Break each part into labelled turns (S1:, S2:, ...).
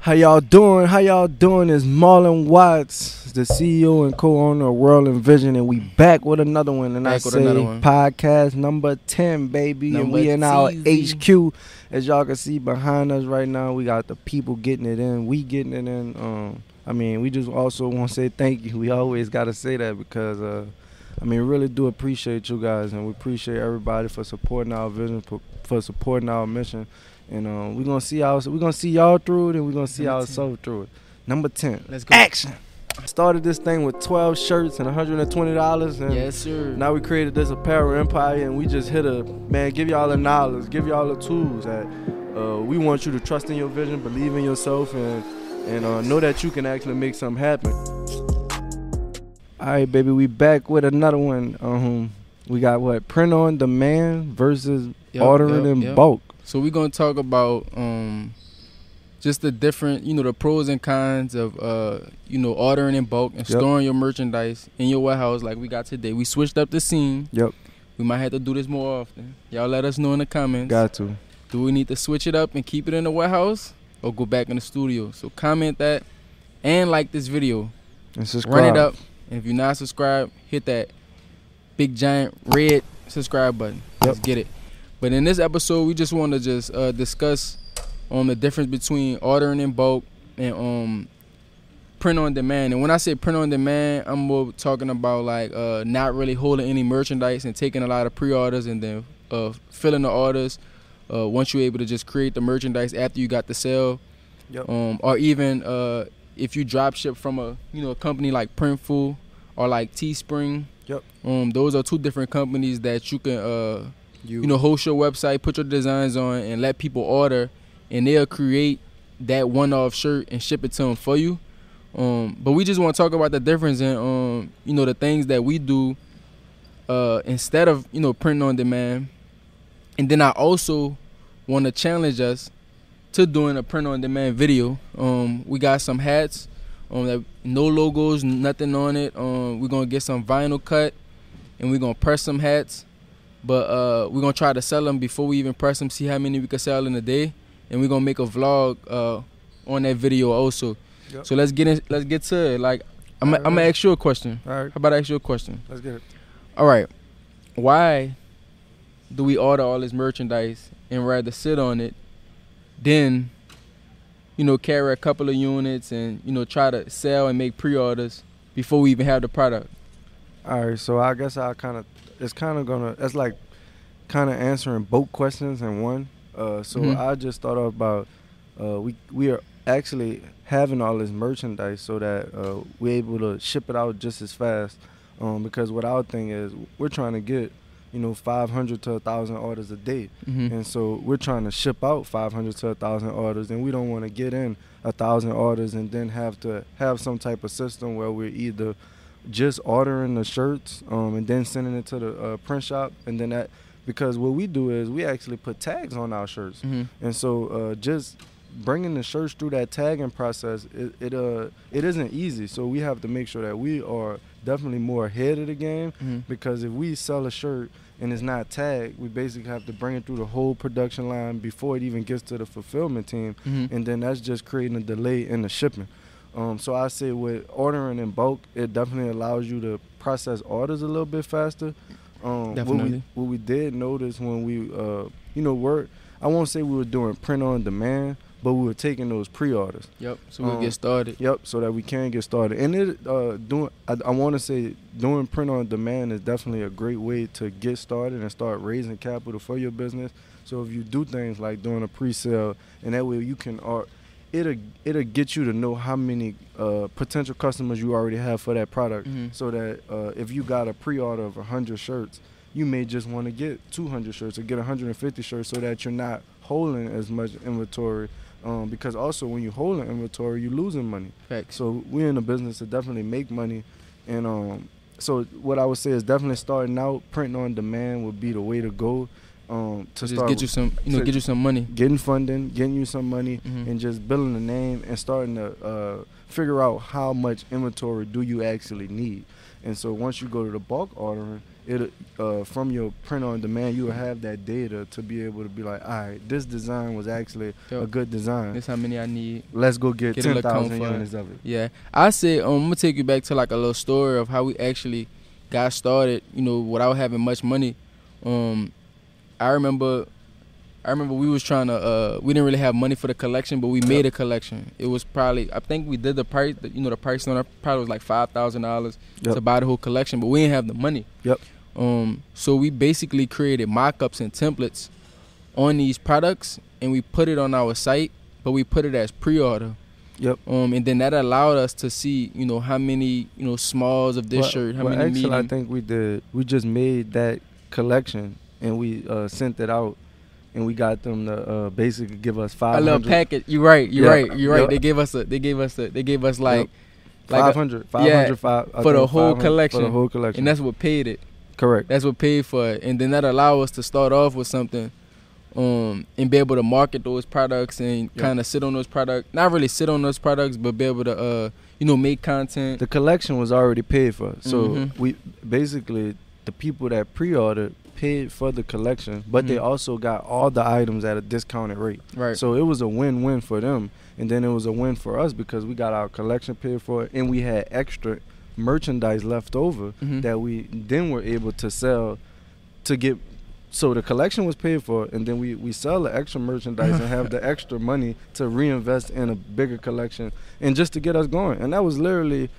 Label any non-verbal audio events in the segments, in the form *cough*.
S1: How y'all doing? How y'all doing? It's Marlon Watts, the CEO and co-owner of World Envision, and we back with another one. And I
S2: Back with
S1: say
S2: another one.
S1: podcast number ten, baby, and
S2: Number
S1: we in our
S2: TZ.
S1: HQ. As y'all can see behind us right now, we got the people getting it in. We getting it in. Um, I mean, we just also want to say thank you. We always got to say that because, uh, I mean, we really do appreciate you guys, and we appreciate everybody for supporting our vision, for, for supporting our mission. And um, we're gonna see our, we're gonna see y'all through it, and we're gonna see
S2: Number 10.
S1: ourselves through it. Number ten,
S2: Let's go.
S1: action. Started this thing with 12 shirts and 120 dollars, and
S2: Yes, sir.
S1: now we created this apparel empire, and we just hit a man. Give y'all the knowledge, give y'all the tools. That uh, we want you to trust in your vision, believe in yourself, and and uh, know that you can actually make something happen. All right, baby, we back with another one. Um, we got what print on demand versus
S2: Yup,
S1: ordering
S2: yup,
S1: in
S2: yup.
S1: bulk.
S2: So we're gonna talk about um, just the different, you know, the pros and cons of uh, you know, ordering in bulk and
S1: Yep.
S2: storing your merchandise in your warehouse like we got today. We switched up the scene.
S1: Yep.
S2: We might have to do this more often. Y'all let us know in the comments.
S1: Got to.
S2: Do we need to switch it up and keep it in the warehouse or go back in the studio? So comment that and like this video.
S1: And subscribe.
S2: Run it up. And if you're not subscribed, hit that big giant red subscribe button. Let's get it. But in this episode, we just want to just uh, discuss on the difference between ordering in bulk and um print on demand. And when I say print on demand, I'm more talking about like uh, not really holding any merchandise and taking a lot of pre-orders and then uh, filling the orders. Uh, once you're able to just create the merchandise after you got the sale,
S1: Yep.
S2: um, or even uh, if you drop ship from a you know a company like Printful or like Teespring.
S1: Yep.
S2: Um, those are two different companies that you can uh,
S1: You,
S2: you know host your website, put your designs on, and let people order, and they'll create that one-off shirt and ship it to them for you. Um, but we just want to talk about the difference in um, you know the things that we do uh, instead of you know print on demand, and then I also want to challenge us to doing a print on demand video. Um, we got some hats. Um, that no logos, nothing on it. Um, we're gonna get some vinyl cut, and we're gonna press some hats. But uh, we're gonna try to sell them before we even press them. See how many we can sell in a day, and we're gonna make a vlog uh, on that video also.
S1: Yep.
S2: So let's get in, let's get to it. Like I'm, I'm gonna
S1: Alright.
S2: ask you a question.
S1: All right,
S2: How about I ask you a question?
S1: let's get it.
S2: All right, why do we order all this merchandise and rather sit on it than, you know, carry a couple of units and you know try to sell and make pre-orders before we even have the product?
S1: All right, so I guess I kind of it's kind of gonna it's like kind of answering both questions in one. Uh, so
S2: Mhm.
S1: I just thought about uh, we we are actually having all this merchandise so that uh, we're able to ship it out just as fast. Um, because what our thing is, we're trying to get you know 500 to 1,000 orders a day.
S2: Mm-hmm.
S1: And so we're trying to ship out 500 to 1,000 orders, and we don't want to get in 1,000 orders and then have to have some type of system where we're either just ordering the shirts um, and then sending it to the uh, print shop. And then that, because what we do is we actually put tags on our shirts.
S2: Mm-hmm.
S1: And so uh, just bringing the shirts through that tagging process, it, it, uh, it isn't easy. So we have to make sure that we are definitely more ahead of the game
S2: Mm-hmm.
S1: because if we sell a shirt and it's not tagged, we basically have to bring it through the whole production line before it even gets to the fulfillment team,
S2: Mm-hmm.
S1: and then that's just creating a delay in the shipping. Um, so I say with ordering in bulk, it definitely allows you to process orders a little bit faster. Um, What we,
S2: Definitely.
S1: what we did notice when we, uh, you know, work, I won't say we were doing print on demand, but we were taking those pre-orders.
S2: Yep. So we'll
S1: Um,
S2: get started.
S1: Yep, so that we can get started. And it uh, doing, I, I want to say doing print on demand is definitely a great way to get started and start raising capital for your business. So if you do things like doing a pre-sale, and that way you can, uh, it'll it'll get you to know how many uh, potential customers you already have for that product.
S2: Mhm.
S1: So that uh, if you got a pre-order of 100 shirts, you may just want to get 200 shirts or get 150 shirts so that you're not holding as much inventory. Um, because also when you're holding inventory, you're losing money.
S2: Facts.
S1: So we're in a business to definitely make money, and um, so what I would say is definitely starting out printing on demand would be the way to go. Um, to
S2: to just
S1: start
S2: get you some, you know,
S1: to-
S2: get you some money.
S1: getting funding, getting you some money,
S2: Mhm.
S1: and just building a name and starting to uh, figure out how much inventory do you actually need. And so once you go to the bulk ordering, it uh, from your print on demand, you will have that data to be able to be like, all right, this design was actually
S2: Yo.
S1: a good design.
S2: That's how many I need.
S1: Let's go get,
S2: Get a
S1: ten
S2: little
S1: thousand
S2: comfort.
S1: units of it.
S2: Yeah, I say um, I'm gonna take you back to like a little story of how we actually got started. You know, without having much money. Um, I remember, I remember we was trying to. Uh, we didn't really have money for the collection, but we made a collection. It was probably I think we did the price. You know, the price on it probably was like five thousand dollars
S1: Yep.
S2: to buy the whole collection, but we didn't have the money.
S1: Yep.
S2: Um, so we basically created mock-ups and templates on these products, and we put it on our site, but we put it as pre-order.
S1: Yep.
S2: Um, and then that allowed us to see, you know, how many, you know, smalls of this
S1: Well-
S2: shirt, how
S1: well,
S2: many
S1: actually, I
S2: medium.
S1: think we did. We just made that collection and we uh, sent it out, and we got them to uh, basically give us
S2: A
S1: five
S2: little
S1: hundred.
S2: package. You're right. You're
S1: Yeah.
S2: right. You're right.
S1: Yeah.
S2: They gave us a. They gave us a. They gave us like, like,
S1: Five
S2: a,
S1: hundred,
S2: yeah,
S1: five hundred, five I
S2: for the
S1: think
S2: whole
S1: 500 For
S2: collection.
S1: the whole collection,
S2: and that's what paid it.
S1: correct.
S2: That's what paid for it. And then that allowed us to start off with something, um, and be able to market those products and
S1: Yeah.
S2: kind of sit on those products. Not really sit on those products, but be able to, uh, you know, make content.
S1: the collection was already paid for. So
S2: Mhm.
S1: we basically the people that pre-ordered paid for the collection, but they
S2: Mhm.
S1: also got all the items at a discounted rate.
S2: right.
S1: So it was a win-win for them, and then it was a win for us because we got our collection paid for, and we had extra merchandise left over
S2: Mhm.
S1: that we then were able to sell to get. So the collection was paid for, and then we, we sell the extra merchandise and have *laughs* the extra money to reinvest in a bigger collection and just to get us going. And that was literally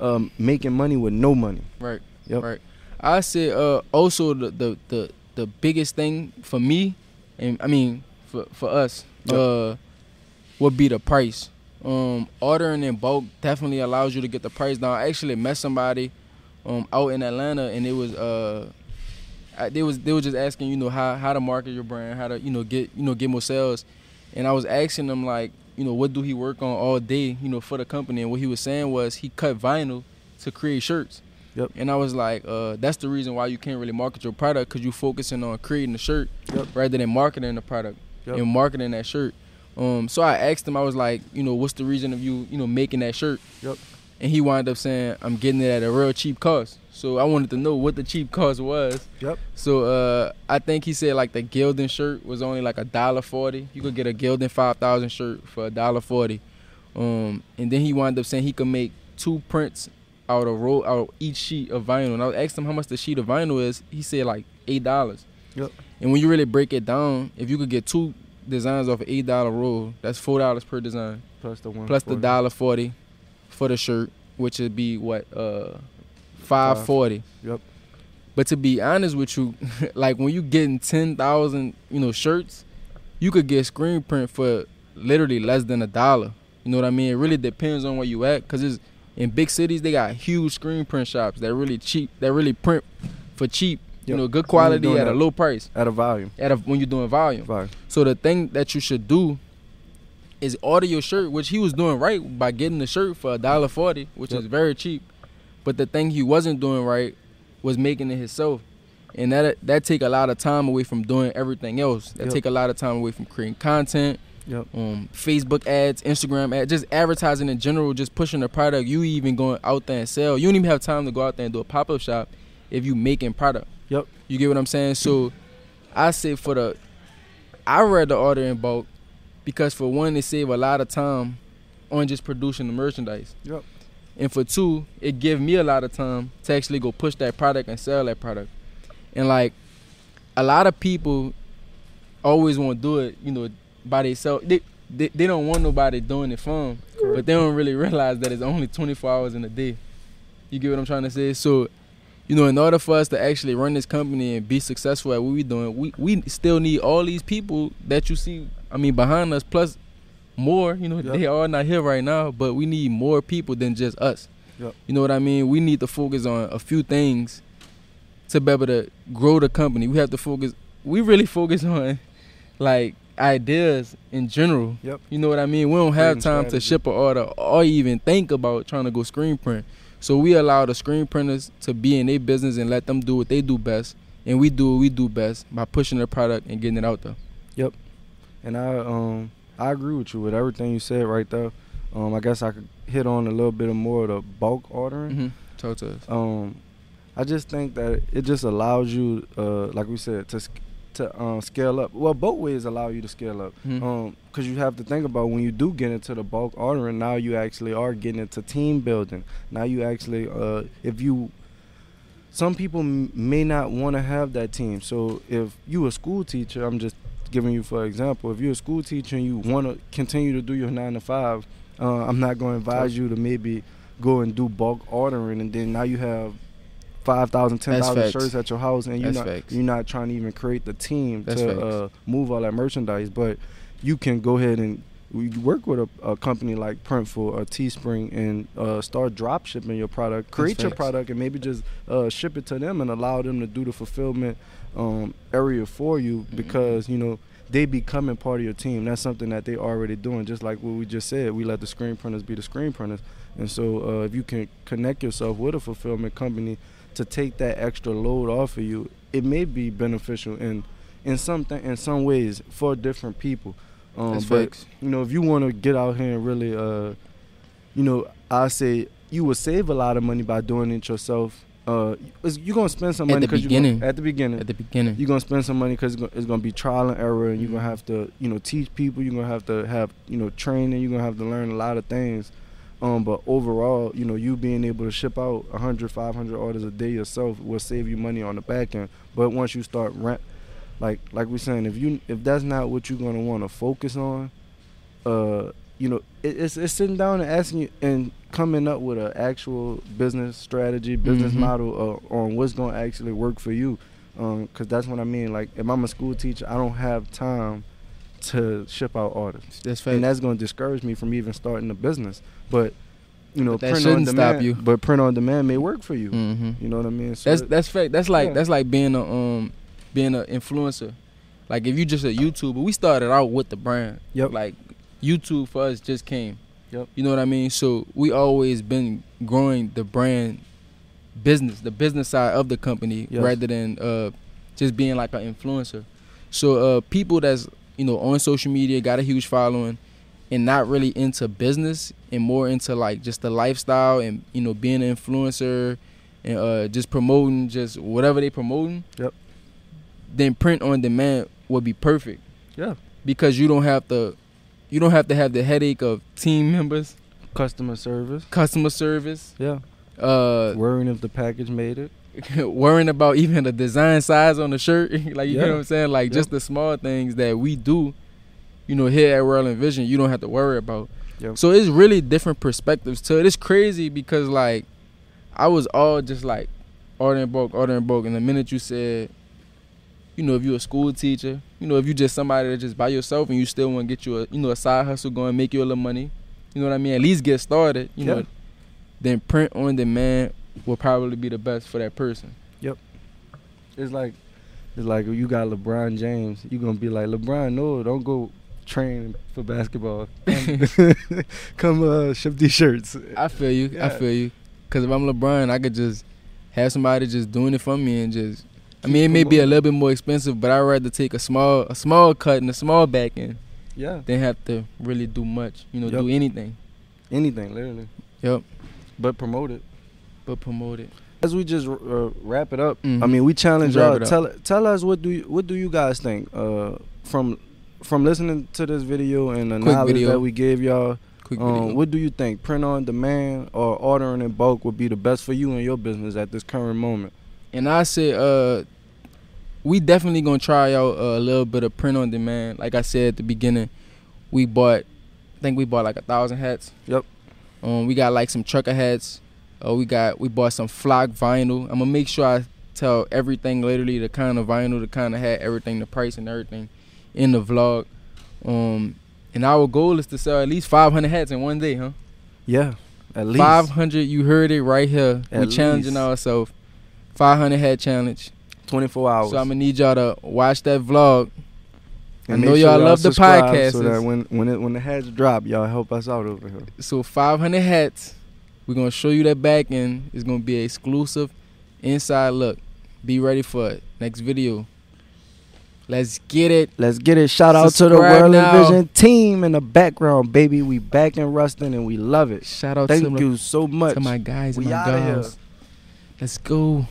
S1: um, making money with no money.
S2: Right.
S1: Yep.
S2: Right. I say uh also the the the, the biggest thing for me and I mean for for us
S1: Yep.
S2: uh would be the price. Um ordering in bulk definitely allows you to get the price down. I actually met somebody um out in Atlanta and it was uh I, they was they were just asking, you know, how how to market your brand, how to, you know, get you know, get more sales. And I was asking them like, you know, what do he work on all day, you know, for the company? And what he was saying was he cut vinyl to create shirts.
S1: Yep.
S2: And I was like, uh, that's the reason why you can't really market your product because you're focusing on creating the shirt
S1: Yep.
S2: rather than marketing the product
S1: Yep.
S2: and marketing that shirt. Um, so I asked him, I was like, you know, what's the reason of you, you know, making that shirt?
S1: Yep.
S2: And he wound up saying, I'm getting it at a real cheap cost. So I wanted to know what the cheap cost was.
S1: Yep.
S2: So uh, I think he said like the Gildan shirt was only like a dollar forty. You could get a Gildan five thousand shirt for a dollar forty. Um, and then he wound up saying he could make two prints out of roll out of each sheet of vinyl. And I asked him how much the sheet of vinyl is. He said like eight dollars.
S1: Yep.
S2: And when you really break it down, if you could get two designs off an eight dollar roll, that's four dollars per design
S1: Plus the one.
S2: plus the dollar forty for the shirt, which would be what uh five forty.
S1: Yep.
S2: But to be honest with you, *laughs* like when you getting ten thousand, you know, shirts, you could get screen print for literally less than a dollar. You know what I mean? It really depends on where you at, cause it's in big cities they got huge screen print shops that really cheap, that really print for cheap. You
S1: Yep.
S2: know, good
S1: When you
S2: quality
S1: doing
S2: at a
S1: that.
S2: low price.
S1: at a volume.
S2: At a, when you're doing volume.
S1: Volume.
S2: So the thing that you should do is order your shirt, which he was doing right by getting the shirt for a dollar forty, which
S1: Yep.
S2: is very cheap. But the thing he wasn't doing right was making it himself, and that that take a lot of time away from doing everything else. That
S1: Yep.
S2: take a lot of time away from creating content,
S1: Yep.
S2: um, Facebook ads, Instagram ads, just advertising in general, just pushing the product. You even going out there and sell. You don't even have time to go out there and do a pop up shop if you making product.
S1: Yep.
S2: You get what I'm saying? So I say for the I rather order in bulk because for one, it save a lot of time on just producing the merchandise.
S1: Yep.
S2: And for two, it give me a lot of time to actually go push that product and sell that product. And like a lot of people always want to do it, you know, by themselves. They, they they don't want nobody doing it for them, but they don't really *laughs* realize that it's only 24 hours in a day. You get what I'm trying to say? So, you know, in order for us to actually run this company and be successful at what we're doing, we we still need all these people that you see. I mean, behind us, plus more. You know,
S1: Yep.
S2: they are not here right now, but we need more people than just us.
S1: Yep.
S2: You know what I mean? We need to focus on a few things to be able to grow the company. We have to focus. We really focus on like ideas in general.
S1: Yep.
S2: You know what I mean? We don't have
S1: Creating
S2: time to
S1: strategy.
S2: ship an order or even think about trying to go screen print. So we allow the screen printers to be in their business and let them do what they do best, and we do what we do best by pushing the product and getting it out there.
S1: And I um I agree with you with everything you said right there. Um, I guess I could hit on a little bit of more of the bulk ordering.
S2: Mm-hmm. Talk Mm-hmm. to us.
S1: Um, I just think that it just allows you, uh, like we said, to sc- to um, scale up. Well, both ways allow you to scale up,
S2: Mhm.
S1: Um, 'cause you have to think about when you do get into the bulk ordering. Now you actually are getting into team building. Now you actually, uh, if you, some people m- may not want to have that team. So if you a school teacher, I'm just giving you for example. If you're a school teacher and you want to continue to do your nine to five, uh, I'm not going to advise you to maybe go and do bulk ordering, and then now you have. 5,000,
S2: That's
S1: 10,000
S2: facts.
S1: shirts at your house, and you're
S2: That's
S1: not,
S2: facts.
S1: you're not trying to even create the team
S2: That's facts.
S1: to uh, move all that merchandise, but you can go ahead and we work with a, a company like Printful or Teespring and uh, start drop shipping your product, create your
S2: facts.
S1: product, and maybe just uh, ship it to them and allow them to do the fulfillment um, area for you
S2: Mm-hmm.
S1: because you know they becoming part of your team. That's something that they already doing. Just like what we just said, we let the screen printers be the screen printers, and so uh, if you can connect yourself with a fulfillment company to take that extra load off of you, it may be beneficial in in some th- in some ways for different people. Um,
S2: That's
S1: but
S2: facts.
S1: you know, if you want to get out here and really, uh, you know, I say you will save a lot of money by doing it yourself. Uh, it's- you're gonna spend some
S2: At
S1: money
S2: the
S1: you're gonna-
S2: beginning.
S1: at the beginning.
S2: At the beginning.
S1: you're gonna spend some money because it's, gonna- it's gonna be trial and error, and you're gonna
S2: Mhm.
S1: have to, you know, teach people. You're gonna have to have, you know, training. You're gonna have to learn a lot of things. Um, but overall, you know, you being able to ship out 100, 500 orders a day yourself will save you money on the back end. But once you start rent, like like we're saying, if you if that's not what you're gonna want to focus on, uh, you know, it, it's it's sitting down and asking you and coming up with an actual business strategy, business
S2: Mhm.
S1: model uh, on what's gonna actually work for you. Um, cause that's what I mean. Like, if I'm a school teacher, I don't have time to ship out orders
S2: that's
S1: and
S2: facts.
S1: that's going to discourage me from even starting a business. But you know,
S2: But that
S1: print on
S2: shouldn't stop
S1: demand,
S2: you.
S1: But print on demand may work for you.
S2: Mm-hmm.
S1: You know what I mean? So
S2: That's that's fact. That's like
S1: Yeah.
S2: that's like being a um being an influencer. Like if you just a YouTuber, we started out with the brand.
S1: Yep.
S2: Like YouTube for us just came.
S1: Yep.
S2: You know what I mean? So we always been growing the brand business, the business side of the company,
S1: Yes.
S2: rather than uh just being like an influencer. So uh people that's you know on social media got a huge following and not really into business and more into like just the lifestyle and you know being an influencer and uh, just promoting just whatever they promoting.
S1: Yep.
S2: Then print on demand would be perfect
S1: yeah,
S2: because you don't have to, you don't have to have the headache of team members,
S1: customer service.
S2: customer service,
S1: Yeah,
S2: uh, *laughs*
S1: worrying if the package made it.
S2: worrying about even the design size on the shirt. *laughs* like you
S1: Yeah.
S2: know what I'm saying? Like just
S1: Yep.
S2: the small things that we do, you know, here at Royal Vision, you don't have to worry about.
S1: Yep.
S2: So it's really different perspectives to it. It's crazy because like I was all just like ordering bulk, ordering bulk, and the minute you said, you know, if you're a school teacher, you know, if you just somebody that just by yourself and you still want to get you a you know a side hustle going, make you a little money, you know what I mean? At least get started, you
S1: Yeah.
S2: know. Then print on demand will probably be the best for that person.
S1: It's like it's like you got LeBron James. You gonna be like LeBron. No, don't go train for basketball. *laughs* Come uh, ship these shirts.
S2: I feel you. I
S1: Yeah.
S2: feel you. Because if I'm LeBron, I could just have somebody just doing it for me and just. I
S1: Keep
S2: mean, it may be a
S1: promoting.
S2: little bit more expensive, but I'd rather take a small, a small cut and a small back end
S1: Yeah,
S2: than have to really do much. You know,
S1: Yup.
S2: do anything.
S1: anything literally.
S2: Yep.
S1: But promote it.
S2: But promote it.
S1: As we just uh, wrap it up, I
S2: Mhm.
S1: mean, we challenge
S2: Wrap
S1: y'all.
S2: it up.
S1: Tell tell us what do you, what do you guys think uh, from from listening to this video and the
S2: Quick
S1: knowledge
S2: video.
S1: that we gave y'all.
S2: Quick video.
S1: Um, what do you think? Print on demand or ordering in bulk would be the best for you and your business at this current moment.
S2: and I said, uh, we definitely gonna try out uh, a little bit of print on demand. Like I said at the beginning, we bought, I think we bought like a thousand hats.
S1: Yep.
S2: Um, we got like some trucker hats. Uh, we got we bought some flock vinyl. I'm gonna make sure I tell everything literally the kind of vinyl, the kind of hat, everything, the price and everything in the vlog. Um, and our goal is to sell at least 500 hats in one day, huh?
S1: Yeah, at least
S2: 500. You heard it right here.
S1: At
S2: we challenging
S1: least.
S2: ourselves. 500 hat challenge.
S1: 24 hours.
S2: So I'm gonna need y'all to watch that vlog.
S1: And
S2: I know
S1: make
S2: y'all love the
S1: subscribe So
S2: podcasts.
S1: that when when it, when the heads drop, y'all help us out over here.
S2: So 500 hats. We're gonna show you that back end. It's gonna be an exclusive inside look. Be ready for it. Next video. Let's get it.
S1: Let's get it. Shout out to the
S2: Subscribe
S1: World
S2: now.
S1: Vision team in the background, baby. We back and rusting and we love it.
S2: Shout out
S1: Thank
S2: to, my,
S1: you so much.
S2: to my guys and
S1: We
S2: my
S1: outta here.
S2: girls. Let's go.